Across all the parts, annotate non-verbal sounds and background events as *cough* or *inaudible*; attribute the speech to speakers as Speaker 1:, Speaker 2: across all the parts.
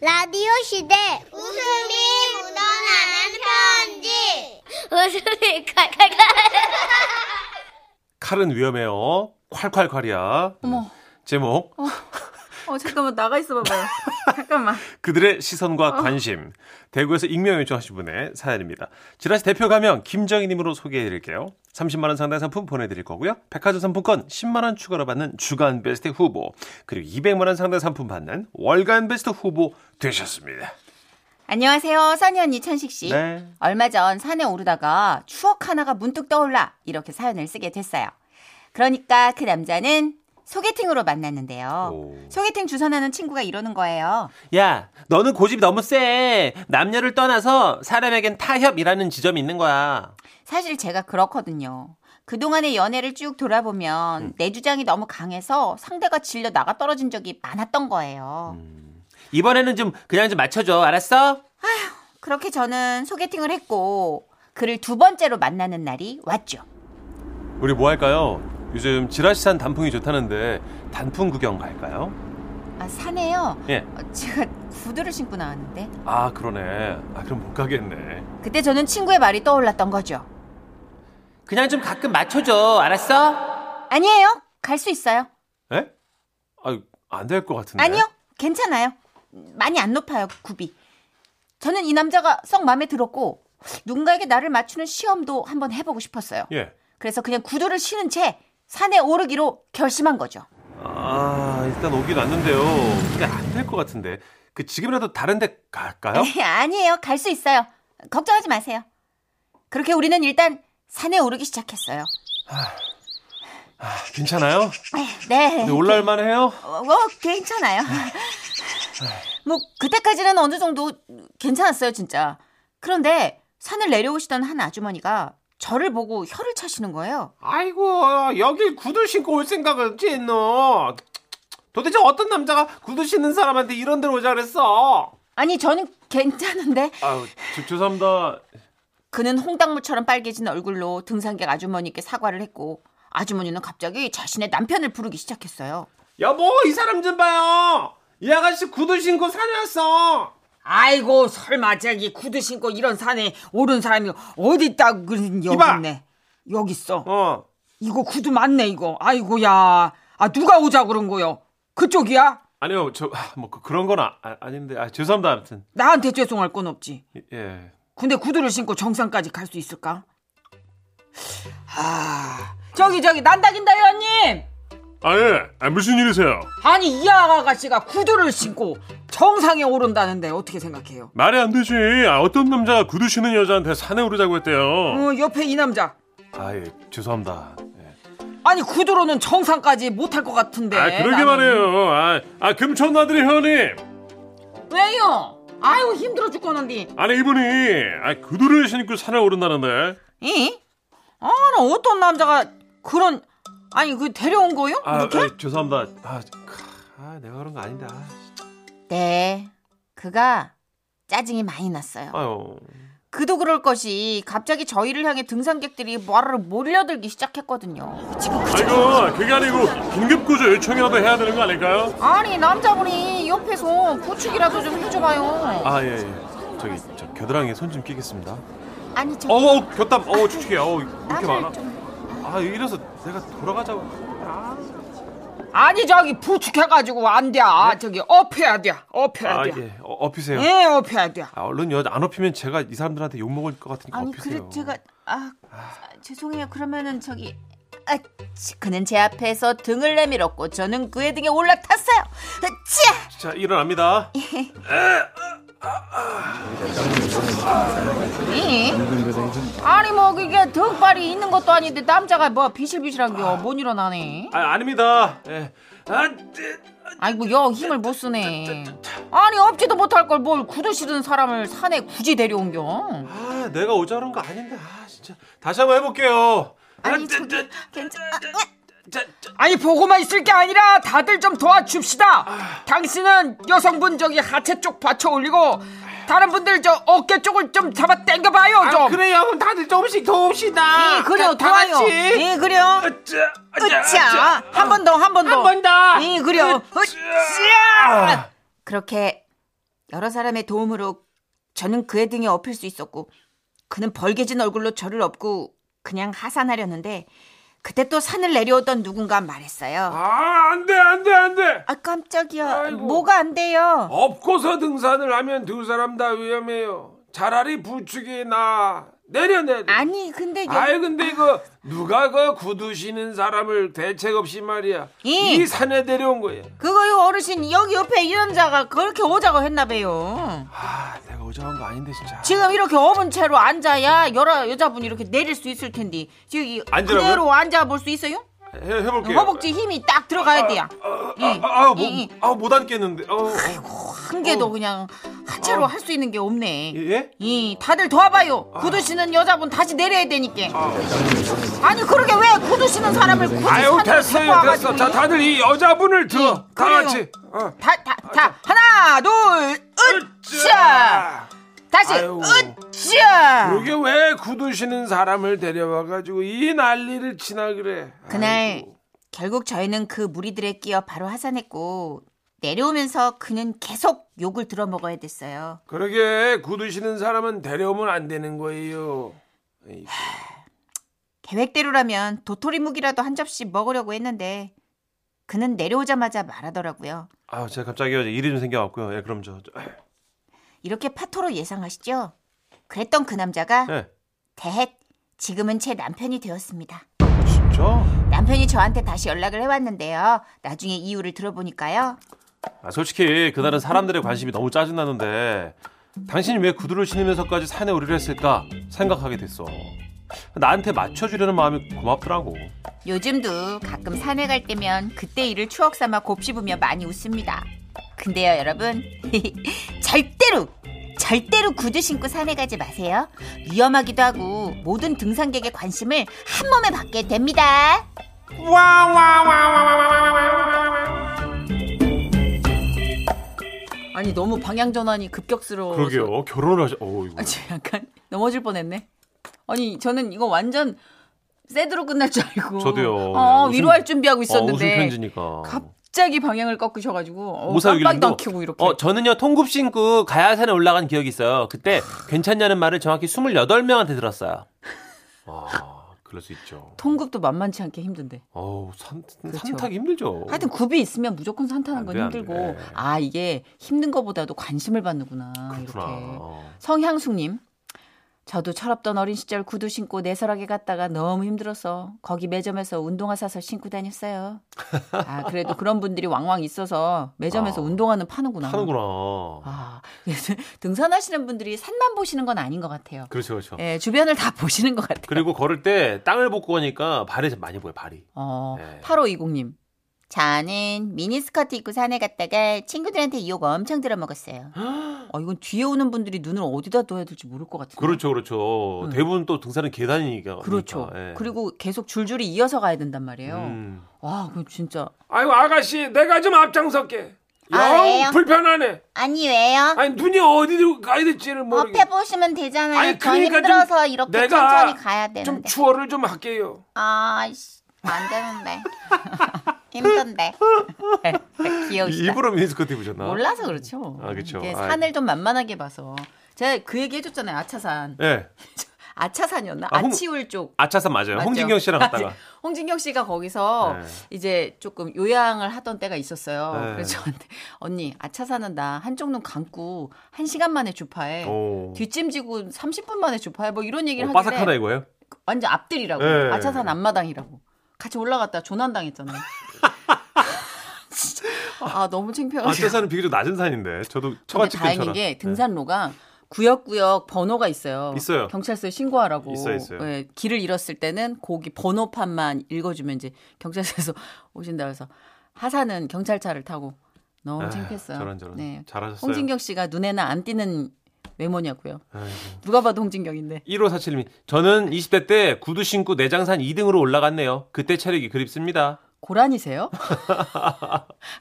Speaker 1: 라디오 시대 웃음이 묻어나는 편지 웃음이 칼칼칼
Speaker 2: 칼은 위험해요. 콸콸콸이야.
Speaker 3: 어머.
Speaker 2: 제목
Speaker 3: 어 잠깐만 나가 있어 봐봐요. 잠깐만.
Speaker 2: 그들의
Speaker 3: 어.
Speaker 2: 시선과 관심. 대구에서 익명 요청하신 분의 사연입니다. 지라시 대표 가명 김정희님으로 소개해드릴게요. 30만원 상당 상품 보내드릴 거고요. 백화점 상품권 10만원 추가로 받는 주간 베스트 후보. 그리고 200만원 상당 상품 받는 월간 베스트 후보 되셨습니다.
Speaker 3: 안녕하세요. 써니 언니 천식 씨.
Speaker 2: 네.
Speaker 3: 얼마 전 산에 오르다가 추억 하나가 문득 떠올라 이렇게 사연을 쓰게 됐어요. 그러니까 그 남자는 소개팅으로 만났는데요.
Speaker 2: 오.
Speaker 3: 소개팅 주선하는 친구가 이러는 거예요.
Speaker 2: 야, 너는 고집 너무 세. 남녀를 떠나서 사람에겐 타협이라는 지점이 있는 거야.
Speaker 3: 사실 제가 그렇거든요. 그동안의 연애를 쭉 돌아보면
Speaker 2: 음.
Speaker 3: 내 주장이 너무 강해서 상대가 질려 나가 떨어진 적이 많았던 거예요.
Speaker 2: 음. 이번에는 좀 그냥 좀 맞춰줘. 알았어?
Speaker 3: 그렇게 저는 소개팅을 했고 그를 두 번째로 만나는 날이 왔죠.
Speaker 2: 우리 뭐 할까요? 요즘 지라시산 단풍이 좋다는데 단풍 구경 갈까요?
Speaker 3: 아, 사네요.
Speaker 2: 예.
Speaker 3: 어, 제가 구두를 신고 나왔는데
Speaker 2: 아 그러네. 아 그럼 못 가겠네.
Speaker 3: 그때 저는 친구의 말이 떠올랐던 거죠.
Speaker 2: 그냥 좀 가끔 맞춰줘. 알았어?
Speaker 3: 아니에요. 갈 수 있어요.
Speaker 2: 에? 예? 아안 될 것 같은데.
Speaker 3: 아니요. 괜찮아요. 많이 안 높아요. 굽이. 저는 이 남자가 썩 마음에 들었고 누군가에게 나를 맞추는 시험도 한번 해보고 싶었어요.
Speaker 2: 예.
Speaker 3: 그래서 그냥 구두를 신은 채 산에 오르기로 결심한 거죠.
Speaker 2: 아 일단 오긴 왔는데요. 근데 안될 것 같은데. 그 지금이라도 다른데 갈까요?
Speaker 3: *laughs* 네. 아니에요. 갈 수 있어요. 걱정하지 마세요. 그렇게 우리는 일단 산에 오르기 시작했어요.
Speaker 2: 아, *laughs* 괜찮아요?
Speaker 3: 네.
Speaker 2: 근데 올라올만 해요?
Speaker 3: 어, 어, 괜찮아요. 뭐 그때까지는 어느 정도 괜찮았어요, 진짜. 그런데 산을 내려오시던 한 아주머니가 저를 보고 혀를 차시는 거예요.
Speaker 2: 아이고 여길 구두 신고 올 생각은 어찌 했노? 도대체 어떤 남자가 구두 신는 사람한테 이런 데로 오자 그랬어?
Speaker 3: 아니, 저는 괜찮은데
Speaker 2: 아유 죄- 죄송합니다.
Speaker 3: 그는 홍당무처럼 빨개진 얼굴로 등산객 아주머니께 사과를 했고 아주머니는 갑자기 자신의 남편을 부르기 시작했어요.
Speaker 2: 여보 뭐, 이 사람 좀 봐요. 이 아가씨 구두 신고 사냥했어.
Speaker 4: 아이고 설마 저기 구두 신고 이런 산에 오른 사람이 어디 있다고 그러니 여기
Speaker 2: 이봐.
Speaker 4: 있네 여기 있어
Speaker 2: 어.
Speaker 4: 이거 구두 맞네 이거 아이고야 아 누가 오자 그런 거요 그쪽이야
Speaker 2: 아니요 저 뭐 그런 건 아, 아, 닌데 아, 죄송합니다 아무튼
Speaker 4: 나한테 죄송할 건 없지
Speaker 2: 예.
Speaker 4: 근데 구두를 신고 정상까지 갈 수 있을까 아 저기 저기 난다긴다 회원님
Speaker 5: 아예 아, 무슨 일이세요?
Speaker 4: 아니 이 아가씨가 구두를 신고 정상에 오른다는데 어떻게 생각해요
Speaker 5: 말이 안 되지. 아, 어떤 남자가 구두 신은 여자한테 산에 오르자고 했대요.
Speaker 4: 어 옆에 이 남자
Speaker 2: 아예 죄송합니다. 예.
Speaker 4: 아니 구두로는 정상까지 못할 것 같은데
Speaker 5: 아 그러게
Speaker 4: 네, 나는.
Speaker 5: 말해요. 아, 아 금천나들이 회원님.
Speaker 4: 왜요? 아이고 힘들어 죽겠는데.
Speaker 5: 아니 이분이 아, 구두를 신고 산에 오른다는데.
Speaker 4: 이? 아, 나 어떤 남자가 그런 아니 그 데려온 거요?
Speaker 2: 아,
Speaker 4: 이렇게?
Speaker 2: 아, 죄송합니다. 아, 크, 아, 내가 그런 거 아닌데.
Speaker 3: 네. 그가 짜증이 많이 났어요.
Speaker 2: 아, 아유.
Speaker 3: 그도 그럴 것이 갑자기 저희를 향해 등산객들이 뭐하러 몰려들기 시작했거든요.
Speaker 5: 아이고 그게 아니고 긴급구조 요청이라도 해야 되는 거 아닐까요?
Speaker 3: 아니 남자분이 옆에서 부축이라도 좀 해줘봐요.
Speaker 2: 아 예. 예. 저기 저 겨드랑이에 손 좀 끼겠습니다.
Speaker 3: 아니 저
Speaker 2: 어우 어우, 겨땀 어우 축축해 어우 이렇게 많아
Speaker 3: 나를 좀
Speaker 2: 아 이래서 내가 돌아가자고
Speaker 4: 아니 저기 부축해가지고 안 돼. 아, 저기 업해야 돼. 업해야 돼.
Speaker 2: 네? 아예 어, 업히세요
Speaker 4: 예, 업해야 돼.
Speaker 2: 아 얼른 여자 안 업히면 제가 이 사람들한테 욕 먹을 것 같으니까
Speaker 3: 아니
Speaker 2: 업히세요
Speaker 3: 그래 제가 아, 아, 죄송해요. 그러면은 저기 아, 치, 그는 제 앞에서 등을 내밀었고 저는 그의 등에 올라탔어요. 아, 치!
Speaker 2: 자 일어납니다
Speaker 4: 이? 아니 뭐 그게 덕발이 있는 것도 아닌데 남자가 뭐 비실비실한 게못 일어나네.
Speaker 2: 아 아닙니다 예. 아, 찌-
Speaker 4: 아이고 여 힘을 못 쓰네. 아니 업지도 못할 걸 뭘 구두 신은 사람을 산에 굳이 데려온겨.
Speaker 2: 아 내가 오자 그런 거 아닌데 아 진짜 다시 한번 해볼게요
Speaker 3: 아니 저기 괜찮아.
Speaker 4: 아니 보고만 있을 게 아니라 다들 좀
Speaker 2: 아.
Speaker 4: 도와줍시다. 당신은 여성분 저기 하체 쪽 받쳐 올리고 다른 분들 저 어깨 쪽을 좀 잡아 당겨봐요 좀.
Speaker 2: 그래요 그럼 다들 조금씩 아, 도웁시다
Speaker 4: 예, 그래요 도와요. 예 그래요. 으쌰 한번 더 한 번 더.
Speaker 2: 한번 더.
Speaker 4: 예 그래요. 으쌰.
Speaker 3: 그렇게 여러 사람의 도움으로 저는 그의 등에 업힐 수 있었고 그는 벌개진 얼굴로 저를 업고 그냥 하산하려는데 그때 또 산을 내려오던 누군가 말했어요.
Speaker 5: 아, 안 돼, 안 돼, 안 돼.
Speaker 3: 아 깜짝이야.
Speaker 5: 아이고.
Speaker 3: 뭐가 안 돼요?
Speaker 5: 업고서 등산을 하면 두 사람 다 위험해요. 차라리 부축이 나. 내려, 내려.
Speaker 3: 아니 근데 여-
Speaker 5: 아이 근데 이거 누가 그 구두 신은 사람을 대책 없이 말이야
Speaker 3: 이.
Speaker 5: 이, 산에 데려온 거야
Speaker 3: 그거 요 어르신 여기 옆에 이 남자가 그렇게 오자고 했나봐요.
Speaker 5: 아 내가 오자한 거 아닌데 진짜
Speaker 3: 지금 이렇게 업은 채로 앉아야 여러 여자분이 이렇게 내릴 수 있을 텐데 지금 이
Speaker 2: 앉으라고요?
Speaker 3: 그대로 앉아 볼 수 있어요?
Speaker 5: 해, 해볼게요 아,
Speaker 3: 허벅지 힘이 딱 들어가야 돼요.
Speaker 2: 아,
Speaker 3: 이, 이, 이.
Speaker 2: 아아못 앉겠는데 어, 어.
Speaker 3: 한 개도
Speaker 5: 어.
Speaker 3: 그냥 한 차로 할 수 있는 게 없네.
Speaker 2: 예?
Speaker 3: 이 다들 도와봐요.
Speaker 5: 아.
Speaker 3: 구두 신은 여자분 다시 내려야 되니까. 아니 그러게 왜 구두 신은 사람을 굳이
Speaker 5: 아유
Speaker 3: 산으로 데리고
Speaker 5: 됐어요 됐어
Speaker 3: 와가지고
Speaker 5: 자 다들 이 여자분을 들어
Speaker 3: 예,
Speaker 5: 다
Speaker 3: 그래요.
Speaker 5: 같이 어.
Speaker 3: 다 다 다 하나 둘 으쌰 다시
Speaker 5: 아유.
Speaker 3: 으쌰.
Speaker 5: 그러게 왜 구두 신은 사람을 데려와가지고 이 난리를 치나 그래
Speaker 3: 그날
Speaker 5: 아이고.
Speaker 3: 결국 저희는 그 무리들에 끼어 바로 하산했고 내려오면서 그는 계속 욕을 들어 먹어야 됐어요.
Speaker 5: 그러게 구두 신은 사람은 데려오면 안 되는 거예요 아이고.
Speaker 3: 계획대로라면 도토리묵이라도 한 접시 먹으려고 했는데 그는 내려오자마자 말하더라고요.
Speaker 2: 아 제가 갑자기 일이 좀 생겨갖고요 예 그럼 저, 저
Speaker 3: 이렇게 파토로 예상하시죠? 그랬던 그 남자가
Speaker 2: 예.
Speaker 3: 대헷 지금은 제 남편이 되었습니다. 아.
Speaker 2: 진짜?
Speaker 3: 남편이 저한테 다시 연락을 해왔는데요. 나중에 이유를 들어보니까요.
Speaker 2: 아, 솔직히 그날은 사람들의 관심이 너무 짜증나는데 당신이 왜 구두를 신으면서까지 산에 오르려 했을까 생각하게 됐어. 나한테 맞춰주려는 마음이 고맙더라고.
Speaker 3: 요즘도 가끔 산에 갈 때면 그때 일을 추억 삼아 곱씹으며 많이 웃습니다. 근데요, 여러분. 절대로! 절대로 구두 신고 산에 가지 마세요. 위험하기도 하고 모든 등산객의 관심을 한 몸에 받게 됩니다. 아니 너무 방향 전환이 급격스러워서
Speaker 2: 결혼을 하셔. 어 이거.
Speaker 3: 아, 저 약간 *laughs* 넘어질 뻔했네. 아니 저는 이거 완전 새드로 끝날 줄 알고.
Speaker 2: 저도요.
Speaker 3: 어,
Speaker 2: 웃음-
Speaker 3: 위로할 준비하고 있었는데.
Speaker 2: 어, 웃음 편지니까.
Speaker 3: 갑자기 방향을 꺾으셔가지고 어, 깜빡이도
Speaker 2: 오사육일님도
Speaker 3: 안 켜고 이렇게.
Speaker 6: 어, 저는요, 통굽 신고 가야산에 올라간 기억이 있어요. 그때 괜찮냐는 말을 정확히 28명한테 들었어요.
Speaker 2: 아 그럴 수 있죠.
Speaker 3: 통굽도 만만치 않게 힘든데.
Speaker 2: 어우 산
Speaker 3: 그렇죠.
Speaker 2: 산타기 힘들죠.
Speaker 3: 하여튼 굽이 있으면 무조건 산 타는
Speaker 2: 어. 안
Speaker 3: 건
Speaker 2: 돼, 안
Speaker 3: 힘들고.
Speaker 2: 돼.
Speaker 3: 아 이게 힘든 거보다도 관심을 받는구나. 이렇게.
Speaker 2: 그렇구나. 어,
Speaker 3: 성향숙님. 저도 철없던 어린 시절 구두 신고 내설하게 갔다가 너무 힘들어서 거기 매점에서 운동화 사서 신고 다녔어요. 아 그래도 그런 분들이 왕왕 있어서 매점에서
Speaker 2: 아,
Speaker 3: 운동화는 파는구나.
Speaker 2: 하는구나.
Speaker 3: 아 그래서 *laughs* 등산하시는 분들이 산만 보시는 건 아닌 것 같아요.
Speaker 2: 그렇죠 그렇죠.
Speaker 3: 예 주변을 다 보시는 것 같아요.
Speaker 2: 그리고 걸을 때 땅을 볶고 하니까 발이 좀 많이 보여 발이.
Speaker 3: 어,
Speaker 2: 네.
Speaker 3: 8520님. 저는 미니스커트 입고 산에 갔다가 친구들한테 욕 엄청 들어먹었어요. 어, 이건 뒤에 오는 분들이 눈을 어디다 둬야 될지 모를 것 같은데.
Speaker 2: 그렇죠 그렇죠.
Speaker 3: 음.
Speaker 2: 대부분 또 등산은 계단이니까.
Speaker 3: 그렇죠.
Speaker 2: 예.
Speaker 3: 그리고 계속 줄줄이 이어서 가야 된단 말이에요.
Speaker 2: 음.
Speaker 3: 와, 그건 진짜.
Speaker 5: 아이고 아가씨 내가 좀 앞장설게
Speaker 1: 아,
Speaker 5: 영
Speaker 1: 왜요?
Speaker 5: 불편하네
Speaker 1: 아니 왜요?
Speaker 5: 아니 눈이 어디로 가야 될지를
Speaker 2: 그러니까
Speaker 5: 모르겠.
Speaker 1: 업해 보시면 되잖아요.
Speaker 5: 아니,
Speaker 1: 저
Speaker 5: 그러니까 좀
Speaker 1: 힘들어서 이렇게
Speaker 5: 내가
Speaker 1: 천천히 가야
Speaker 5: 좀
Speaker 1: 되는데.
Speaker 5: 추월을 좀 할게요.
Speaker 1: 아씨 안 되는데. 힘든데.
Speaker 3: 귀여우시다.
Speaker 2: 일부러 미니스커트 입으셨나?
Speaker 3: 몰라서 그렇죠.
Speaker 2: 아, 그쵸.
Speaker 3: 이게
Speaker 2: 아이.
Speaker 3: 산을 좀 만만하게 봐서. 제가 그 얘기 해줬잖아요. 아차산.
Speaker 2: 예.
Speaker 3: 아차산이었나?
Speaker 2: 아, 홍-
Speaker 3: 아치울 쪽.
Speaker 2: 아차산 맞아요.
Speaker 3: 맞죠?
Speaker 2: 홍진경 씨랑
Speaker 3: *laughs*
Speaker 2: 갔다가.
Speaker 3: 홍진경 씨가 거기서
Speaker 2: 네.
Speaker 3: 이제 조금 요양을 하던 때가 있었어요.
Speaker 2: 네.
Speaker 3: 그래서 저한테 언니 아차산은 나 한쪽 눈 감고 한 시간 만에 주파해.
Speaker 2: 오.
Speaker 3: 뒷짐지고 30분 만에 주파해. 뭐 이런 얘기를
Speaker 2: 어,
Speaker 3: 하길래
Speaker 2: 바삭하다
Speaker 3: *laughs*
Speaker 2: 이거예요?
Speaker 3: 완전 앞들이라고.
Speaker 2: 네.
Speaker 3: 아차산 앞마당이라고. 같이 올라갔다 조난당했잖아요. *laughs* 진짜. 아 너무 창피하고.
Speaker 2: 아차산은 비교적 낮은 산인데 저도
Speaker 3: 근데
Speaker 2: 처갓집
Speaker 3: 다행인
Speaker 2: 근처라.
Speaker 3: 게 등산로가 구역구역 번호가 있어요.
Speaker 2: 있어요.
Speaker 3: 경찰서에 신고하라고.
Speaker 2: 있어요, 있어요.
Speaker 3: 예, 길을 잃었을 때는 거기 번호판만 읽어주면 이제 경찰서에서 *laughs* 오신다 그래서 하산은 경찰차를 타고 너무
Speaker 2: 에휴,
Speaker 3: 창피했어요.
Speaker 2: 아, 저런 저런.
Speaker 3: 네.
Speaker 2: 잘하셨어요.
Speaker 3: 홍진경 씨가 눈에나 안 띄는 외모냐고요.
Speaker 2: 아이고. 네.
Speaker 3: 누가 봐도 홍진경인데.
Speaker 2: 1547님, 저는 20대 때 구두 신고 내장산 2등으로 올라갔네요. 그때 체력이 그립습니다. *laughs*
Speaker 3: 고란이세요?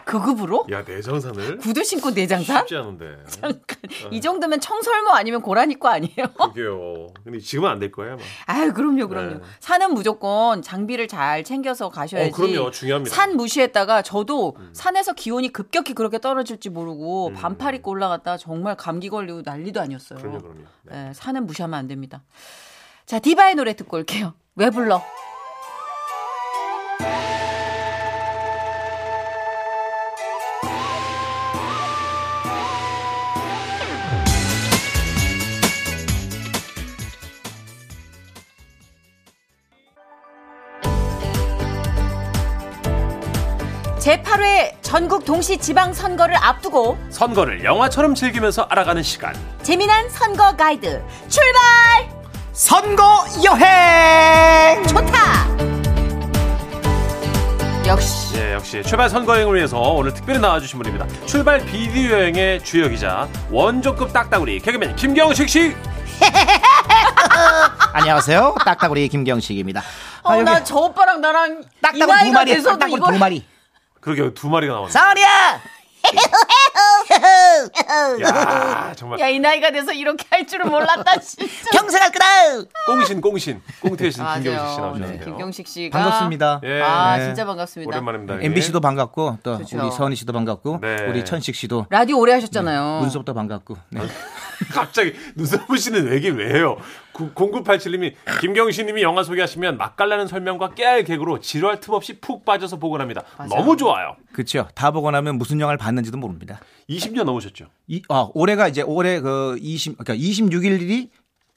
Speaker 3: 그 급으로?
Speaker 2: 야 내장산을
Speaker 3: 구두 신고 내장산?
Speaker 2: *laughs* 쉽지 않은데.
Speaker 3: 잠깐 이 정도면 청설모 아니면 고라니꺼 아니에요? *laughs*
Speaker 2: 그게요. 근데 지금은 안 될 거예요 아마.
Speaker 3: 아유 그럼요 그럼요.
Speaker 2: 네.
Speaker 3: 산은 무조건 장비를 잘 챙겨서 가셔야지.
Speaker 2: 어, 그럼요. 음. 중요합니다.
Speaker 3: 산 무시했다가 저도 산에서 기온이 급격히 그렇게 떨어질지 모르고 반팔 입고 올라갔다 정말 감기 걸리고 난리도 아니었어요.
Speaker 2: 음. 그럼요, 그럼요. 네.
Speaker 3: 예, 산은 무시하면 안 됩니다. 자 디바의 노래 듣고 올게요. 왜 불러? 제8회 전국 동시 지방 선거를 앞두고
Speaker 2: 선거를 영화처럼 즐기면서 알아가는 시간.
Speaker 3: 재미난 선거 가이드 출발!
Speaker 7: 선거 여행!
Speaker 3: 좋다! 역시
Speaker 2: 예, 역시 출발 선거 여행을 위해서 오늘 특별히 나와주신 분입니다. 출발 비디오 여행의 주요 기자 원조급 딱따구리 개그맨 김경식 씨.
Speaker 7: 안녕하세요. 딱따구리 김경식입니다. 아,
Speaker 3: 어,
Speaker 7: 여기
Speaker 3: 나 저 오빠랑 나랑 이
Speaker 7: 딱따구리 두
Speaker 3: 나이가
Speaker 7: 마리,
Speaker 3: 돼서도
Speaker 7: 딱따구리
Speaker 3: 이걸
Speaker 7: 두 마리.
Speaker 2: 그러게 두 마리가 나왔네.
Speaker 7: 사리야!
Speaker 2: 야, 정말
Speaker 3: 야 이 나이가 돼서 이렇게 할 줄은
Speaker 7: *laughs*
Speaker 3: 몰랐다 진짜.
Speaker 7: 경생할 거다!
Speaker 2: 꽁신 꽁신 꽁태신 김경식 씨 나오셨네요.
Speaker 3: 김경식 씨가
Speaker 7: 반갑습니다.
Speaker 2: 예.
Speaker 3: 아
Speaker 7: 네.
Speaker 3: 진짜 반갑습니다.
Speaker 2: 오랜만입니다. 형님.
Speaker 7: MBC도 반갑고, 또
Speaker 3: 그죠.
Speaker 7: 우리 서은이 씨도 반갑고,
Speaker 2: 네.
Speaker 7: 우리 천식 씨도,
Speaker 3: 라디오 오래 하셨잖아요.
Speaker 7: 문섭도 반갑고. 네.
Speaker 2: *laughs* 갑자기 눈썹 씨는 얘기 왜 해요? 0987님이 김경식님이 영화 소개하시면 맛깔나는 설명과 깨알 개그로 지루할 틈 없이 푹 빠져서 보곤합니다. 너무 좋아요.
Speaker 7: 그렇죠. 다 보고 나면 무슨 영화를 봤는지도 모릅니다.
Speaker 2: 20년 넘으셨죠?
Speaker 7: 이, 아, 올해가 이제 올해 그 20, 그러니까 26일이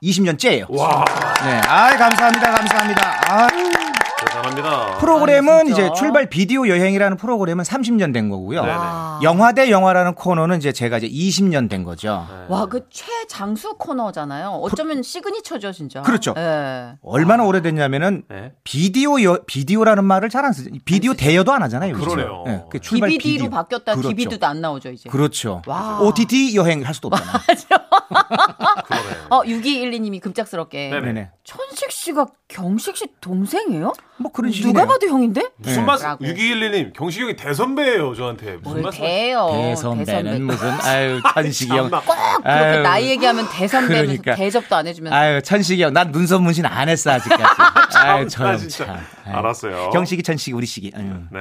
Speaker 7: 20년째예요.
Speaker 2: 와
Speaker 7: 네. 아, 감사합니다. 감사합니다. 아,
Speaker 2: 대단합니다.
Speaker 7: 프로그램은
Speaker 2: 아,
Speaker 7: 이제 출발 비디오 여행이라는 프로그램은 30년 된 거고요.
Speaker 2: 네네.
Speaker 7: 영화 대 영화라는 코너는 이제 제가 이제 20년 된 거죠.
Speaker 2: 네.
Speaker 3: 와 그 최장수 코너잖아요. 어쩌면 시그니처죠 진짜.
Speaker 7: 그 그렇죠.
Speaker 3: 예.
Speaker 7: 얼마나 오래됐냐면은
Speaker 2: 아. 네.
Speaker 7: 비디오 여, 비디오라는 말을 잘 안 쓰죠. 비디오 대여도 안 하잖아요. 요즘.
Speaker 2: 그러네요.
Speaker 7: 예, 그 출발
Speaker 3: DVD로
Speaker 7: 비디오.
Speaker 3: 바뀌었다.
Speaker 7: 그렇죠.
Speaker 3: DVD도 안 나오죠 이제.
Speaker 7: 그렇죠.
Speaker 3: 와.
Speaker 7: OTT 여행 할 수도 없잖아요.
Speaker 3: 어 6212님이
Speaker 2: *laughs*
Speaker 3: 급작스럽게
Speaker 2: 네네.
Speaker 7: 네네.
Speaker 3: 천식 씨가 경식 씨 동생이에요?
Speaker 7: 뭐 그런 식이네요. 네.
Speaker 3: 누가 봐도 형인데?
Speaker 2: 무슨 말씀?
Speaker 3: 라고.
Speaker 2: 6211님 경식이 형이 대선배예요 저한테. 무슨
Speaker 3: 뭘
Speaker 2: 말씀?
Speaker 3: 대요.
Speaker 7: 대선배는 무슨
Speaker 3: *laughs*
Speaker 7: 아유 천식이 형.
Speaker 2: 참나.
Speaker 3: 그렇게
Speaker 7: 아유,
Speaker 3: 나이 얘기하면 대선배면서
Speaker 7: 그러니까.
Speaker 3: 대접도 안 해주면서
Speaker 7: 아유 천식이 형. 난 눈썹 문신 안 했어
Speaker 2: *laughs*
Speaker 7: 아직까지. 아유 저형
Speaker 2: 진짜.
Speaker 7: 참. 아유.
Speaker 2: 알았어요.
Speaker 7: 경식이 천식이 우리 식이. 아유.
Speaker 2: 네.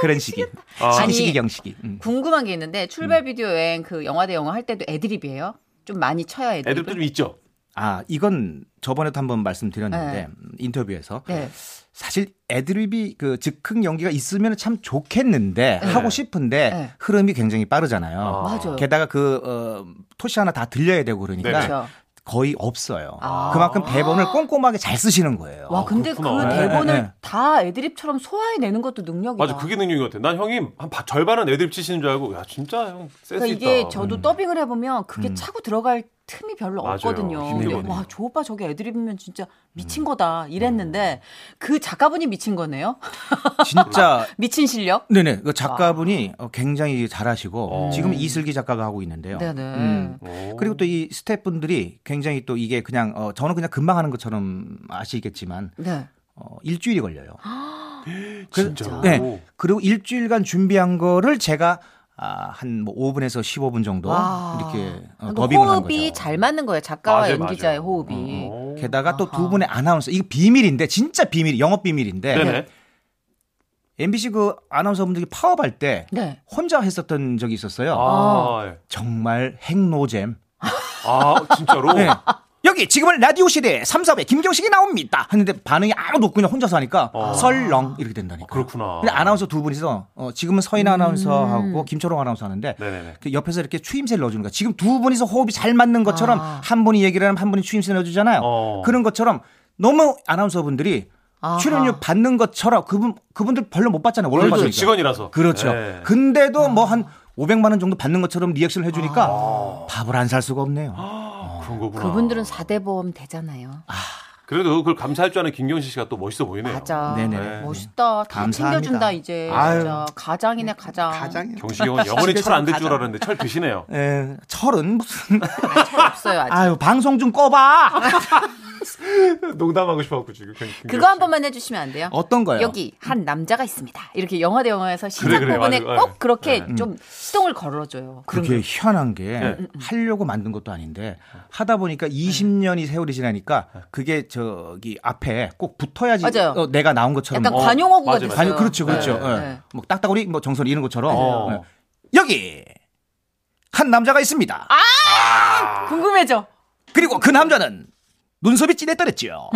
Speaker 7: 그런 식이.
Speaker 3: 아니.
Speaker 7: 식이 경식이. 음.
Speaker 3: 궁금한 게 있는데 출발 비디오 여행 그 영화 대 영화 할 때도 애드립이에요? 좀 많이 쳐야 애드립.
Speaker 2: 애들도 좀 있죠.
Speaker 7: 아 이건 저번에도 한번 말씀드렸는데
Speaker 3: 네.
Speaker 7: 음, 인터뷰에서
Speaker 3: 네.
Speaker 7: 사실 애드립이 그 즉흥 연기가 있으면 참 좋겠는데 하고 싶은데
Speaker 3: 네.
Speaker 7: 흐름이 굉장히 빠르잖아요.
Speaker 3: 맞아요.
Speaker 7: 게다가 그 어, 토시 하나 다 들려야 되고 그러니까
Speaker 2: 네네.
Speaker 3: 그렇죠.
Speaker 7: 거의 없어요.
Speaker 3: 아.
Speaker 7: 그만큼 대본을 꼼꼼하게 잘 쓰시는 거예요.
Speaker 3: 와 근데
Speaker 2: 그렇구나.
Speaker 3: 그
Speaker 2: 네,
Speaker 3: 대본을
Speaker 7: 네, 네.
Speaker 3: 다 애드립처럼 소화해내는 것도 능력이다.
Speaker 2: 맞아 그게 능력인 것 같아. 난 형이 한 바- 절반은 애들 치시는 줄 알고 야 진짜 형 센스
Speaker 3: 그러니까 이게
Speaker 2: 있다.
Speaker 3: 저도
Speaker 7: 음.
Speaker 3: 더빙을 해보면 그게 차고 들어갈 틈이 별로
Speaker 2: 맞아요.
Speaker 3: 없거든요. 근데
Speaker 2: 힘들거든요.
Speaker 3: 와, 저 오빠 저게 애드립이면 진짜
Speaker 7: 음.
Speaker 3: 미친 거다 이랬는데 그 작가분이 미친 거네요.
Speaker 7: 진짜
Speaker 3: 미친 실력.
Speaker 7: 네네 그 작가분이 어, 굉장히 잘하시고
Speaker 2: 어.
Speaker 7: 지금 이슬기 작가가 하고 있는데요.
Speaker 3: 네네.
Speaker 7: 음. 그리고 또 이 스태프분들이 굉장히 또 이게 그냥 어, 저는 그냥 금방 하는 것처럼 아시겠지만
Speaker 3: 네.
Speaker 7: 어, 일주일이
Speaker 3: *gasps*
Speaker 7: 걸려요. 그,
Speaker 2: 진짜.
Speaker 7: 네. 그리고 일주일간 준비한 거를 제가 아, 한뭐 5분에서 15분 정도
Speaker 3: 와.
Speaker 7: 이렇게 어,
Speaker 3: 그러니까
Speaker 7: 더빙을 한
Speaker 3: 호흡이
Speaker 7: 거죠.
Speaker 3: 잘 맞는 거예요. 작가와
Speaker 2: 맞아요,
Speaker 3: 연기자의
Speaker 2: 맞아요. 어,
Speaker 3: 호흡이.
Speaker 7: 게다가 또 두 분의 아나운서 이거 비밀인데 진짜 비밀 영업 비밀인데
Speaker 2: 네네.
Speaker 7: MBC 그 아나운서분들이 파업할 때
Speaker 3: 네.
Speaker 7: 혼자 했었던 적이 있었어요.
Speaker 2: 아, 예.
Speaker 7: 정말 핵노잼.
Speaker 2: 아 진짜로.
Speaker 7: 네. 여기 지금은 라디오 시대 3, 4회 김경식이 나옵니다. 했는데 반응이 아무도 없고 그냥 혼자서 하니까 설렁 이렇게 된다니까.
Speaker 2: 어. 아, 그렇구나.
Speaker 7: 근데 아나운서 두 분이서 어, 지금은 서인 아나운서하고 김초롱 아나운서 하는데
Speaker 2: 네네네.
Speaker 7: 그 옆에서 이렇게 추임새를 넣어주는 거야. 지금 두 분이서 호흡이 잘 맞는 것처럼 한 분이 얘기를 하면 한 분이 추임새 넣어주잖아요.
Speaker 2: 어.
Speaker 7: 그런 것처럼 너무 아나운서분들이 출연료 받는 것처럼 그분 그분들 별로 못 받잖아요. 월급
Speaker 2: 그렇죠.
Speaker 7: 받으니까.
Speaker 2: 직원이라서.
Speaker 7: 그렇죠.
Speaker 2: 네.
Speaker 7: 근데도 뭐 한 500만 원 정도 받는 것처럼 리액션을 해주니까
Speaker 2: 아.
Speaker 7: 밥을 안 살 수가 없네요.
Speaker 2: 그런 거구나.
Speaker 3: 그분들은 4대 보험 되잖아요.
Speaker 2: 그래도 그걸 감사할 줄 아는 김경식 씨가 또 멋있어 보이네요.
Speaker 3: 맞아.
Speaker 7: 네네.
Speaker 3: 멋있다. 다
Speaker 7: 감사합니다.
Speaker 3: 챙겨준다 이제.
Speaker 7: 아유.
Speaker 3: 진짜 가장이네 가장.
Speaker 2: 경식 형은
Speaker 3: *laughs*
Speaker 2: 영원히 철 안 될 줄 알았는데 철
Speaker 7: *laughs*
Speaker 2: 드시네요.
Speaker 3: *laughs*
Speaker 7: 에, 철은 예, 무슨
Speaker 3: 없어요 아직. *laughs*
Speaker 7: 아유 방송 좀 꺼봐.
Speaker 2: 농담하고 싶어갖고 지금. 김- 김-
Speaker 3: 그거 한 번만 해주시면 안 돼요?
Speaker 7: 어떤 거요?
Speaker 3: 여기 한 남자가 있습니다. 이렇게 영화 대영화에서 시작
Speaker 2: 그래, 그래,
Speaker 3: 부분에
Speaker 2: 맞아. 네.
Speaker 3: 꼭 그렇게 좀 시동을 걸어줘요.
Speaker 7: 그게 희한한 게
Speaker 3: 네. 음,
Speaker 7: 하려고 만든 것도 아닌데 하다 보니까 20년이 세월이 지나니까 그게 저기 앞에 꼭 붙어야지
Speaker 3: 맞아요.
Speaker 7: 어, 내가 나온 것처럼
Speaker 3: 약간
Speaker 7: 뭐
Speaker 3: 관용어구가
Speaker 6: 맞아, 맞아.
Speaker 3: 됐어요.
Speaker 7: 아니 그렇죠 그렇죠.
Speaker 3: 네,
Speaker 7: 예.
Speaker 3: 네.
Speaker 7: 뭐 딱따구리 뭐 정선 이런 것처럼
Speaker 2: 어.
Speaker 6: 맞아요.
Speaker 7: 예. 여기 한 남자가 있습니다.
Speaker 3: 아! 궁금해져.
Speaker 7: 그리고 그 남자는 눈썹이 진했더랬지요.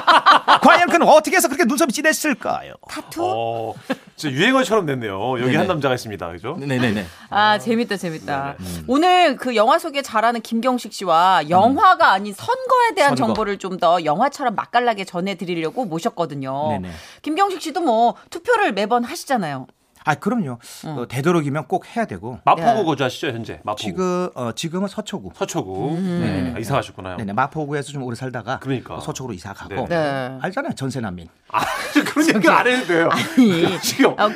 Speaker 3: *laughs*
Speaker 7: 과연 그는 어떻게 해서 그렇게 눈썹이 진했을까요?
Speaker 3: 타투?
Speaker 2: 어, 진짜 유행어처럼 됐네요. 여기
Speaker 7: 네네.
Speaker 2: 한 남자가 있습니다. 그죠?
Speaker 7: 네네네.
Speaker 3: 아 재밌다 재밌다.
Speaker 7: 음.
Speaker 3: 오늘 그 영화 소개 잘하는 김경식 씨와 영화가 아닌 선거에 대한
Speaker 7: 음. 선거.
Speaker 3: 정보를 좀 더 영화처럼 맛깔나게 전해드리려고 모셨거든요.
Speaker 7: 네네.
Speaker 3: 김경식 씨도 뭐 투표를 매번 하시잖아요.
Speaker 7: 아 그럼요. 어, 되도록이면 꼭 해야 되고
Speaker 2: 마포구 거주하시죠, 현재? 마포구.
Speaker 7: 지금 어, 지금은 서초구.
Speaker 2: 서초구. 네. 아, 이사하셨구나요.
Speaker 7: 네네 마포구에서 좀 오래 살다가
Speaker 2: 그러니까.
Speaker 7: 서초구로 이사 가고
Speaker 3: 네.
Speaker 7: 알잖아요 전세 난민.
Speaker 2: 아, 그런 얘기 안 해도 돼요.
Speaker 7: 아. 네.
Speaker 2: 지금.
Speaker 3: 아,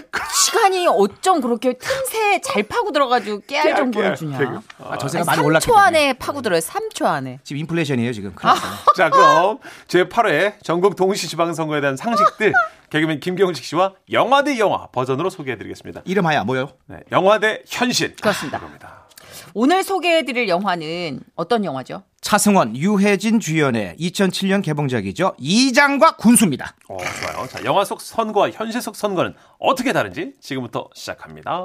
Speaker 3: 시간이 어쩜 그렇게 틈새 잘 파고 들어가지고 깨알 정보를 주냐?
Speaker 7: 아,
Speaker 3: 아니,
Speaker 7: 전세가 많이 네. 올랐기
Speaker 3: 3초
Speaker 7: 때문에
Speaker 3: 안에 아. 파고 들어요. 3초 안에.
Speaker 7: 지금 인플레이션이에요 지금. 큰일 났어요.
Speaker 2: 자, 그럼 제8회 전국 동시 지방선거에 대한 상식들 개그맨 김경식 씨와 영화 대 영화 버전으로 소개해드리겠습니다.
Speaker 7: *laughs* 이름하야 뭐요?
Speaker 2: 네, 영화 대 현실. 아,
Speaker 3: 그렇습니다.
Speaker 2: 이겁니다.
Speaker 3: 오늘 소개해드릴 영화는 어떤 영화죠?
Speaker 7: 차승원, 유해진 주연의 2007년 개봉작이죠. 이장과 군수입니다.
Speaker 2: 어, 좋아요. 자, 영화 속 선거와 현실 속 선거는 어떻게 다른지 지금부터 시작합니다.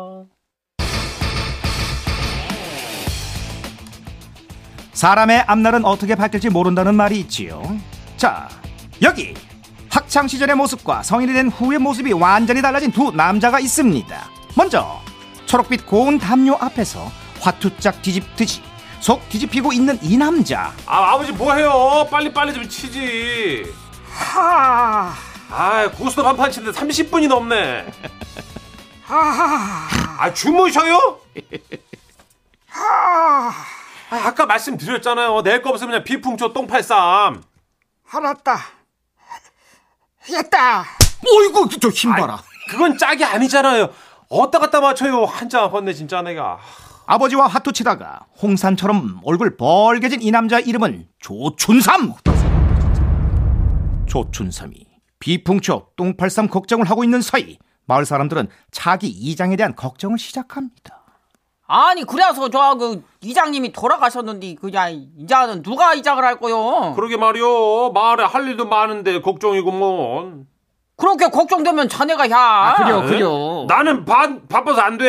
Speaker 7: 사람의 앞날은 어떻게 밝힐지 모른다는 말이 있지요. 자, 여기 학창 시절의 모습과 성인이 된 후의 모습이 완전히 달라진 두 남자가 있습니다. 먼저 초록빛 고운 담요 앞에서 화투짝 뒤집듯이 속 뒤집히고 있는 이 남자.
Speaker 5: 아, 아버지 뭐해요? 빨리 빨리 좀 치지.
Speaker 4: 하,
Speaker 5: 아, 고스톱 한 판 치는데 30분이 넘네.
Speaker 4: 하하,
Speaker 5: 아, 주무셔요? 아, 아까 말씀드렸잖아요. 낼 거 없으면 그냥 비풍초 똥팔쌈.
Speaker 4: 알았다. 했다.
Speaker 7: 어이구, 저 힘 봐라.
Speaker 5: 그건 짝이 아니잖아요. 어디다 갖다 맞춰요. 한장 아팠네 진짜 내가.
Speaker 7: 아버지와 화투 치다가 홍산처럼 얼굴 벌게진 이 남자 이름은 조춘삼. 조춘삼이 비풍초 똥팔삼 걱정을 하고 있는 사이 마을 사람들은 차기 이장에 대한 걱정을 시작합니다.
Speaker 4: 아니 그래서 저 그 이장님이 돌아가셨는데 그냥 이장은 누가 이장을 할 거요?
Speaker 5: 그러게 말이요. 말에 할 일도 많은데 걱정이구먼.
Speaker 4: 그렇게 걱정되면 자네가 야. 그래요, 그래요.
Speaker 5: 나는 바, 바빠서 안 돼.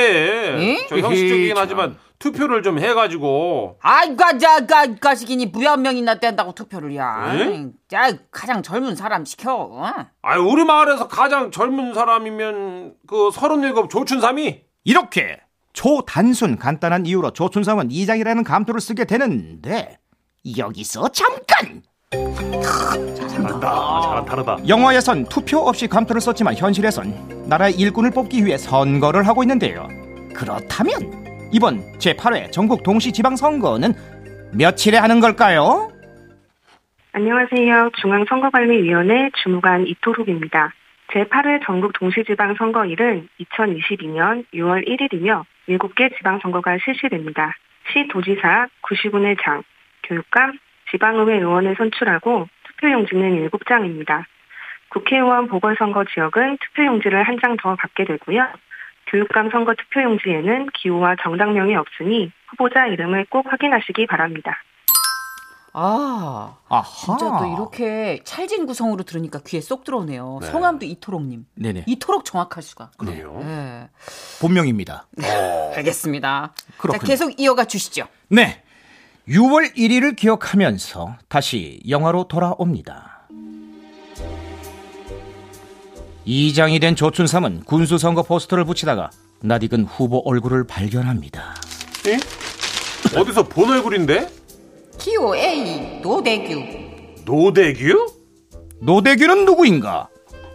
Speaker 4: 에?
Speaker 5: 저 형식적이긴
Speaker 7: 참.
Speaker 5: 하지만 투표를 좀 해가지고.
Speaker 3: 그,
Speaker 4: 아이가자가 시기니 무연명이나 뗀다고 투표를 야.
Speaker 5: 에?
Speaker 4: 야 가장 젊은 사람 시켜. 어?
Speaker 5: 아, 우리 마을에서 가장 젊은 사람이면 그 37 조춘삼이?
Speaker 7: 이렇게 초단순 간단한 이유로 조춘삼은 이장이라는 감투를 쓰게 되는데 여기서 잠깐
Speaker 2: 아, 잘한 다르다.
Speaker 7: 영화에선 투표 없이 감투를 썼지만 현실에선 나라의 일꾼을 뽑기 위해 선거를 하고 있는데요. 그렇다면 이번 제8회 전국 동시 지방 선거는 며칠에 하는 걸까요?
Speaker 8: 안녕하세요. 중앙선거관리위원회 주무관 이토록입니다. 제8회 전국 동시지방선거일은 2022년 6월 1일이며 7개 지방선거가 실시됩니다. 시 도지사, 구시군의 장, 교육감, 지방의회 의원을 선출하고 투표용지는 7장입니다. 국회의원 보궐선거 지역은 투표용지를 한 장 더 받게 되고요. 교육감 선거 투표용지에는 기호와 정당명이 없으니 후보자 이름을 꼭 확인하시기 바랍니다.
Speaker 3: 아,
Speaker 7: 아하.
Speaker 3: 진짜 또 이렇게 찰진 구성으로 들으니까 귀에 쏙 들어오네요. 성함도 이토록님.
Speaker 7: 네네.
Speaker 3: 이토록 정확할 수가.
Speaker 2: 그럼요.
Speaker 3: 네.
Speaker 7: 본명입니다.
Speaker 3: 알겠습니다. 자,
Speaker 7: 그렇군요.
Speaker 3: 계속 이어가 주시죠.
Speaker 7: 네. 6월 1일을 기억하면서 다시 영화로 돌아옵니다. 이장이 된 조춘삼은 군수 선거 포스터를 붙이다가 낯익은 후보 얼굴을 발견합니다.
Speaker 2: 어디서 본 얼굴인데?
Speaker 3: 기호 A 노대규.
Speaker 2: 노대규?
Speaker 7: 노대규는 누구인가?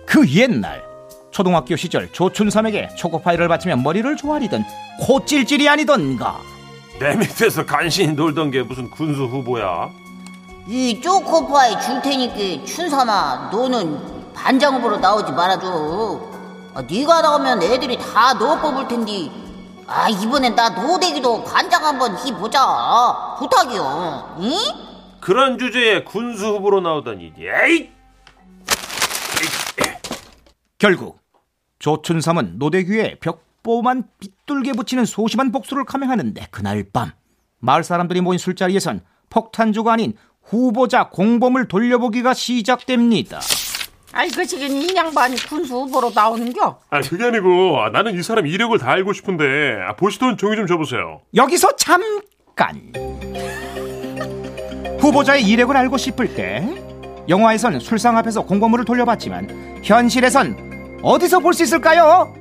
Speaker 7: 그 옛날 초등학교 시절 조춘삼에게 초코파이를 바치며 머리를 조아리던 코찔찔이 아니던가
Speaker 5: 내 밑에서 간신히 놀던 게 무슨 군수 후보야.
Speaker 1: 이 초코파이 줄 테니까 춘삼아 너는 반장 후보로 나오지 말아줘. 아, 네가 나오면 애들이 다 너 뽑을 텐데. 아 이번엔 나 노대기도 관장 한번 해보자. 부탁이요. 응?
Speaker 2: 그런 주제에 군수 후보로 나오다니. 에이!
Speaker 7: 결국 조춘삼은 노대규의 벽보만 빗뚤게 붙이는 소심한 복수를 감행하는데 그날 밤 마을 사람들이 모인 술자리에선 폭탄주가 아닌 후보자 공범을 돌려보기가 시작됩니다.
Speaker 3: 아이 그 지금 이 양반이 군수 후보로 나오는겨?
Speaker 2: 아, 그게 아니고 아, 나는 이 사람 이력을 다 알고 싶은데 아, 보시던 종이 좀 줘보세요.
Speaker 7: 여기서 잠깐 후보자의 이력을 알고 싶을 때 영화에선 술상 앞에서 공범물을 돌려봤지만 현실에선 어디서 볼 수 있을까요?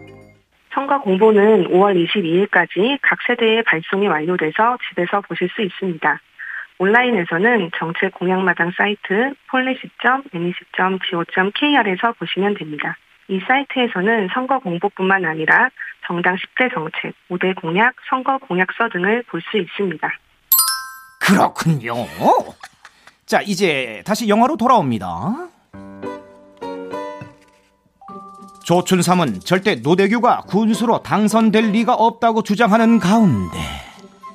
Speaker 8: 선거 공보는 5월 22일까지 각 세대에 발송이 완료돼서 집에서 보실 수 있습니다. 온라인에서는 정책 공약마당 사이트 polity.nec.go.kr에서 보시면 됩니다. 이 사이트에서는 선거 공보뿐만 아니라 정당 10대 정책, 5대 공약, 선거 공약서 등을 볼 수 있습니다.
Speaker 7: 그렇군요. 자, 이제 다시 영화로 돌아옵니다. 조춘삼은 절대 노대규가 군수로 당선될 리가 없다고 주장하는 가운데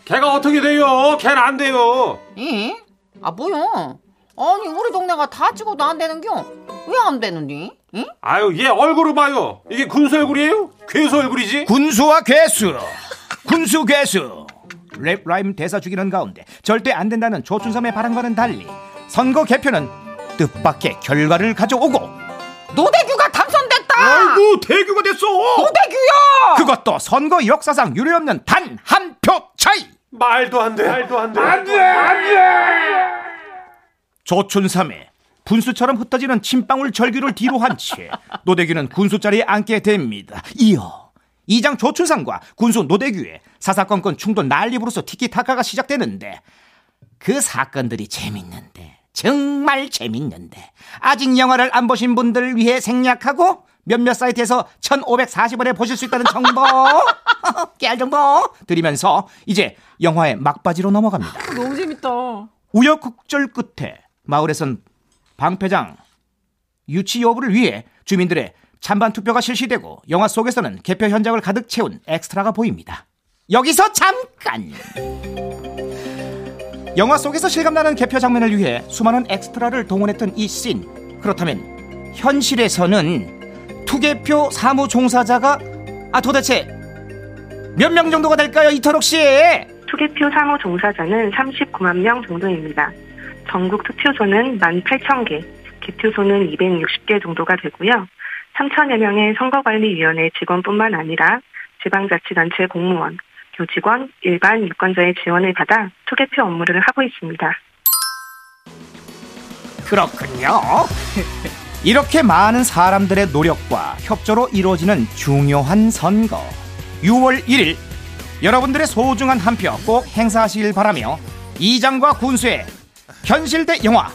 Speaker 2: 걔가 어떻게 돼요? 걔는 안 돼요.
Speaker 3: 이?
Speaker 1: 예?
Speaker 3: 아 뭐야? 아니 우리 동네가 다 찍어도 안 되는겨? 왜 안 되는디? 이?
Speaker 2: 아유, 얘 얼굴을 봐요. 이게 군수 얼굴이에요? 괴수 얼굴이지?
Speaker 7: 군수와 괴수, 군수 괴수 랩 라임 대사 죽이는 가운데 절대 안 된다는 조춘삼의 바람과는 달리 선거 개표는 뜻밖의 결과를 가져오고
Speaker 3: 노대규가 당선됐다!
Speaker 2: 아이고, 대규가 됐어.
Speaker 3: 노대규야!
Speaker 7: 그것도 선거 역사상 유례없는 단 한 표 차이.
Speaker 2: 말도 안 돼. 말도 안 돼.
Speaker 7: 조춘삼의 분수처럼 흩어지는 침방울 절규를 뒤로 한 채 노대규는 군수 자리에 앉게 됩니다. 이어 이장 조춘삼과 군수 노대규의 사사건건 충돌 난립으로서 티키타카가 시작되는데 그 사건들이 재밌는데 정말 재밌는데 아직 영화를 안 보신 분들을 위해 생략하고 몇몇 사이트에서 1540원에 보실 수 있다는 정보 *laughs* 깨알 정보 드리면서 이제 영화의 막바지로 넘어갑니다.
Speaker 3: 너무 재밌다.
Speaker 7: 우여곡절 끝에 마을에선 방패장 유치 여부를 위해 주민들의 찬반 투표가 실시되고 영화 속에서는 개표 현장을 가득 채운 엑스트라가 보입니다. 여기서 잠깐! 영화 속에서 실감나는 개표 장면을 위해 수많은 엑스트라를 동원했던 이 씬. 그렇다면 현실에서는 투개표 사무 종사자가 아 도대체 몇 명 정도가 될까요 이터록 씨?
Speaker 8: 투개표 상호 종사자는 39만 명 정도입니다. 전국 투표소는 18,000개, 개표소는 260개 정도가 되고요. 3천여 명의 선거관리위원회 직원뿐만 아니라 지방자치단체 공무원, 교직원, 일반 유권자의 지원을 받아 투개표 업무를 하고 있습니다.
Speaker 7: 그렇군요. 이렇게 많은 사람들의 노력과 협조로 이루어지는 중요한 선거. 6월 1일 여러분들의 소중한 한 표 꼭 행사하시길 바라며 이장과 군수의 현실대 영화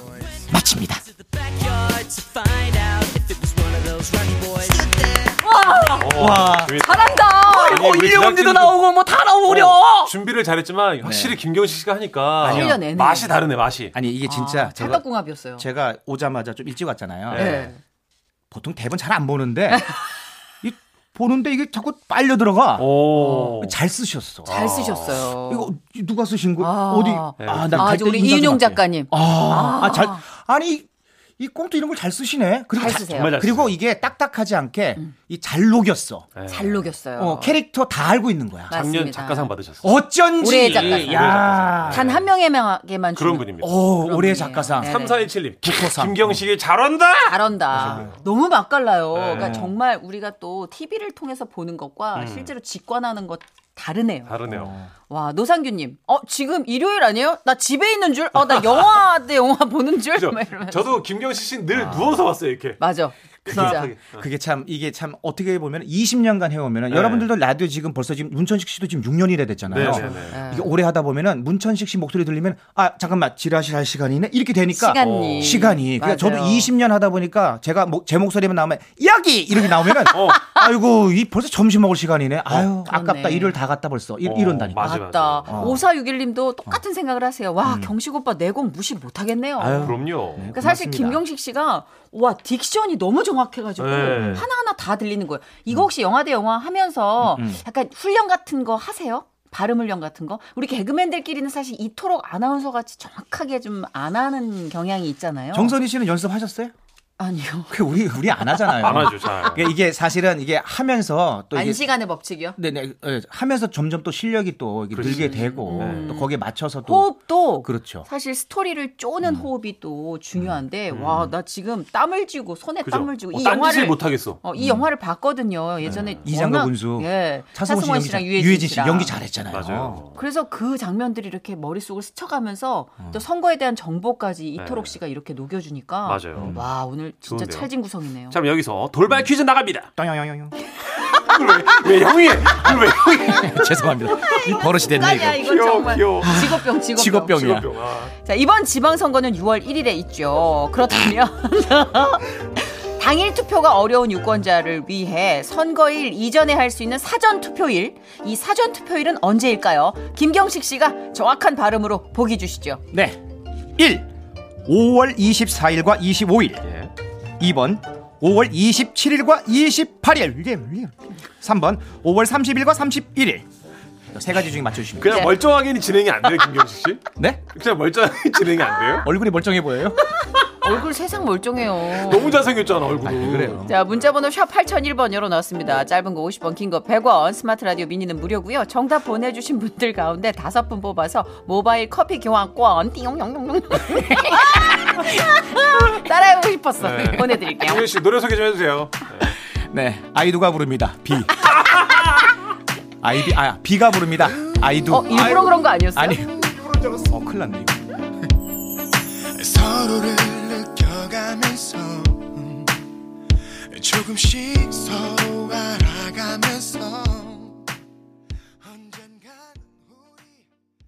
Speaker 7: 마칩니다.
Speaker 3: 잘한다!
Speaker 2: 뭐 아이고, 우리
Speaker 9: 올리 언니도
Speaker 2: 제작진도-
Speaker 9: 나오고 뭐 다 나오려.
Speaker 2: 어, 준비를 잘했지만 확실히 김경식 씨가 하니까
Speaker 3: 네. 아니요. 흘려내네.
Speaker 2: 맛이 다르네 맛이.
Speaker 7: 아니 이게 진짜 제가,
Speaker 3: 찰떡궁합이었어요.
Speaker 7: 제가 오자마자 좀 일찍 왔잖아요.
Speaker 3: 네.
Speaker 7: 보통 대본 잘 안 보는데 이 보는데 이게 자꾸 빨려 들어가.
Speaker 2: 오.
Speaker 7: 잘 쓰셨어.
Speaker 3: 잘 쓰셨어요.
Speaker 7: 아, 이거 누가 쓰신 거?
Speaker 3: 아.
Speaker 7: 어디?
Speaker 3: 네.
Speaker 7: 나
Speaker 3: 아,
Speaker 7: 갈
Speaker 3: 저
Speaker 7: 때
Speaker 3: 우리
Speaker 7: 인사 좀
Speaker 3: 이윤용
Speaker 7: 할게.
Speaker 3: 작가님.
Speaker 7: 아, 아, 잘 아니 이, 이 꽁트 이런 걸 잘 쓰시네. 그리고
Speaker 3: 잘
Speaker 7: 자-
Speaker 3: 쓰세요. 음.
Speaker 2: 정말 잘
Speaker 7: 그리고 이게 딱딱하지 않게 이 잘 녹였어.
Speaker 2: 네.
Speaker 3: 잘 녹였어요.
Speaker 7: 어, 캐릭터 다 알고 있는 거야.
Speaker 2: 작년
Speaker 3: 맞습니다.
Speaker 2: 작가상 받으셨어요.
Speaker 7: 어쩐지
Speaker 3: 올해의 작가상.
Speaker 7: 야.
Speaker 3: 단 한 명에게만
Speaker 2: 그런
Speaker 3: 주는-
Speaker 2: 분입니다.
Speaker 7: 오, 올해 작가상.
Speaker 3: 어, 네. 어.
Speaker 2: 3417님.
Speaker 7: 국호상.
Speaker 2: 김경식이 잘한다. 네.
Speaker 3: 잘한다. 너무 맛깔나요. 그러니까 정말 우리가 또 TV를 통해서 보는 것과 실제로 직관하는 것 다르네요.
Speaker 2: 음. 다르네요.
Speaker 3: 와 노상규님, 어 지금 일요일 아니에요? 나 집에 있는 줄, 어 나 영화 대 영화 보는 줄.
Speaker 2: 그죠?
Speaker 3: 막 이러면서.
Speaker 2: 저도 김경식 씨는
Speaker 3: 아.
Speaker 2: 늘 누워서 왔어요 이렇게.
Speaker 3: 맞아. 진짜.
Speaker 2: 따뜻하게.
Speaker 7: 그게 참 이게 참 어떻게 보면 20년간 해오면은 여러분들도 라디오 지금 벌써 지금 문천식 씨도 지금 6년이래 됐잖아요.
Speaker 2: 네, 네, 네.
Speaker 7: 이게 오래 하다 보면은 문천식 씨 목소리 들리면 아 잠깐만 지라시할 시간이네 이렇게
Speaker 2: 어.
Speaker 7: 되니까
Speaker 3: 시간이.
Speaker 7: 시간이. 그러니까 저도
Speaker 3: 맞아요.
Speaker 7: 20년 하다 보니까 제가 목- 제 목소리만 나오면 여기 이렇게 나오면은
Speaker 2: 어.
Speaker 7: 아이고 이 벌써 점심 먹을 시간이네. 아유 아깝다
Speaker 3: 그렇네.
Speaker 7: 일요일 다 갔다 벌써 이,
Speaker 2: 어,
Speaker 7: 런다니까
Speaker 2: 맞아,
Speaker 3: 맞다.
Speaker 2: 맞아.
Speaker 7: 어.
Speaker 3: 5461님도 똑같은 생각을 하세요.
Speaker 7: 음.
Speaker 3: 와 경식 오빠 내공 무시 못하겠네요.
Speaker 2: 그럼요.
Speaker 3: 그러니까 사실
Speaker 7: 고맙습니다.
Speaker 3: 김경식 씨가 와 딕션이 너무 정확해가지고
Speaker 2: 네.
Speaker 7: 음.
Speaker 3: 하나하나 다 들리는 거예요. 이거 혹시 영화 대 영화 하면서 약간 훈련 같은 거 하세요? 발음 훈련 같은 거 우리 개그맨들끼리는 사실 이토록 아나운서 같이 정확하게 좀 안 하는 경향이 있잖아요.
Speaker 7: 정선희 씨는 연습하셨어요?
Speaker 3: 아니요.
Speaker 7: 그 우리 우리 안 하잖아요. 그러니까
Speaker 2: 안 하죠, 잘.
Speaker 3: 예.
Speaker 7: 이게- 이게 사실은 이게 하면서 또 이게
Speaker 3: 안시간의 법칙이요.
Speaker 7: 네네 예, 하면서 점점 또 실력이 또 이렇게 늘게 되고 또 거기에 맞춰서 또 음.
Speaker 3: 호흡도
Speaker 7: 그렇죠.
Speaker 3: 사실 스토리를 쪼는 호흡이 또 중요한데
Speaker 7: 음.
Speaker 3: 와 나 지금 땀을 쥐고 손에
Speaker 2: 그죠?
Speaker 3: 땀을 쥐고
Speaker 2: 어, 딴 짓을 못 하겠어.
Speaker 3: 어,
Speaker 7: 음.
Speaker 3: 이 영화를 봤거든요.
Speaker 7: 네.
Speaker 3: 예전에
Speaker 7: 이장과
Speaker 3: 워낙-
Speaker 7: 군수,
Speaker 3: 예,
Speaker 7: 어, 차승원 씨랑 유해진 씨 연기 잘했잖아요. *laughs*
Speaker 2: 맞아요.
Speaker 3: 그래서 그 장면들이 이렇게 머릿속을 스쳐가면서
Speaker 7: 어.
Speaker 3: 또 선거에 대한
Speaker 7: 네.
Speaker 3: 정보까지 이토록 씨가 이렇게 녹여주니까
Speaker 2: 맞아요.
Speaker 3: 와 오늘 진짜
Speaker 2: 좋은데요?
Speaker 3: 찰진 구성이네요.
Speaker 2: 참 여기서 돌발
Speaker 3: 음.
Speaker 2: 퀴즈 나갑니다.
Speaker 7: 떠영영영.
Speaker 2: 왜 형이? 이걸 왜 형이?
Speaker 7: *laughs* 죄송합니다. 이 버릇이
Speaker 3: 아니야
Speaker 7: 됐네
Speaker 3: *laughs* 이건 정말 아. 직업병
Speaker 7: 이거.
Speaker 3: 직업병.
Speaker 7: 직업병이야.
Speaker 2: 아.
Speaker 3: 자 이번 지방선거는 6월 1일에 있죠. 그렇다면 *laughs* 당일 투표가 어려운 유권자를 위해 선거일 이전에 할 수 있는 사전 투표일. 이 사전 투표일은 언제일까요? 김경식 씨가 정확한 발음으로 보기 주시죠.
Speaker 7: 네. 1. 5월 24일과 25일. 2번 5월 27일과 28일. 3번 5월 30일과 31일. 세 가지 중에 맞춰 주시면 돼요.
Speaker 2: 그냥 멀쩡하게 진행이 안 돼요, 김경식 씨?
Speaker 7: 네?
Speaker 2: 그냥 멀쩡하게 진행이 안 돼요?
Speaker 7: 얼굴이 멀쩡해 보여요?
Speaker 3: 얼굴 세상 멀쩡해요.
Speaker 2: 너무 잘생겼잖아, 얼굴은.
Speaker 7: 그래요.
Speaker 3: 자 문자번호 샵 8001번 열어놨습니다. 짧은 거 50원 긴 거 100원 스마트 라디오 미니는 무료고요. 정답 보내주신 분들 가운데 다섯 분 뽑아서 모바일 커피 교환권 띠용용용용 따라해보고 싶었어.
Speaker 2: 네.
Speaker 3: 보내드릴게요.
Speaker 2: 김경식 씨 노래 소개 좀 해주세요.
Speaker 7: 네. 아이두가 부릅니다. 비. 아이비 아 비가 부릅니다. 아이두.
Speaker 3: 어 일부러 그런 거 아니었어요?
Speaker 7: 아니. 일부러 들었어. 어, 큰일 났네. 이거.
Speaker 10: 서로를 느껴가면서 음, 조금씩 서로 알아가면서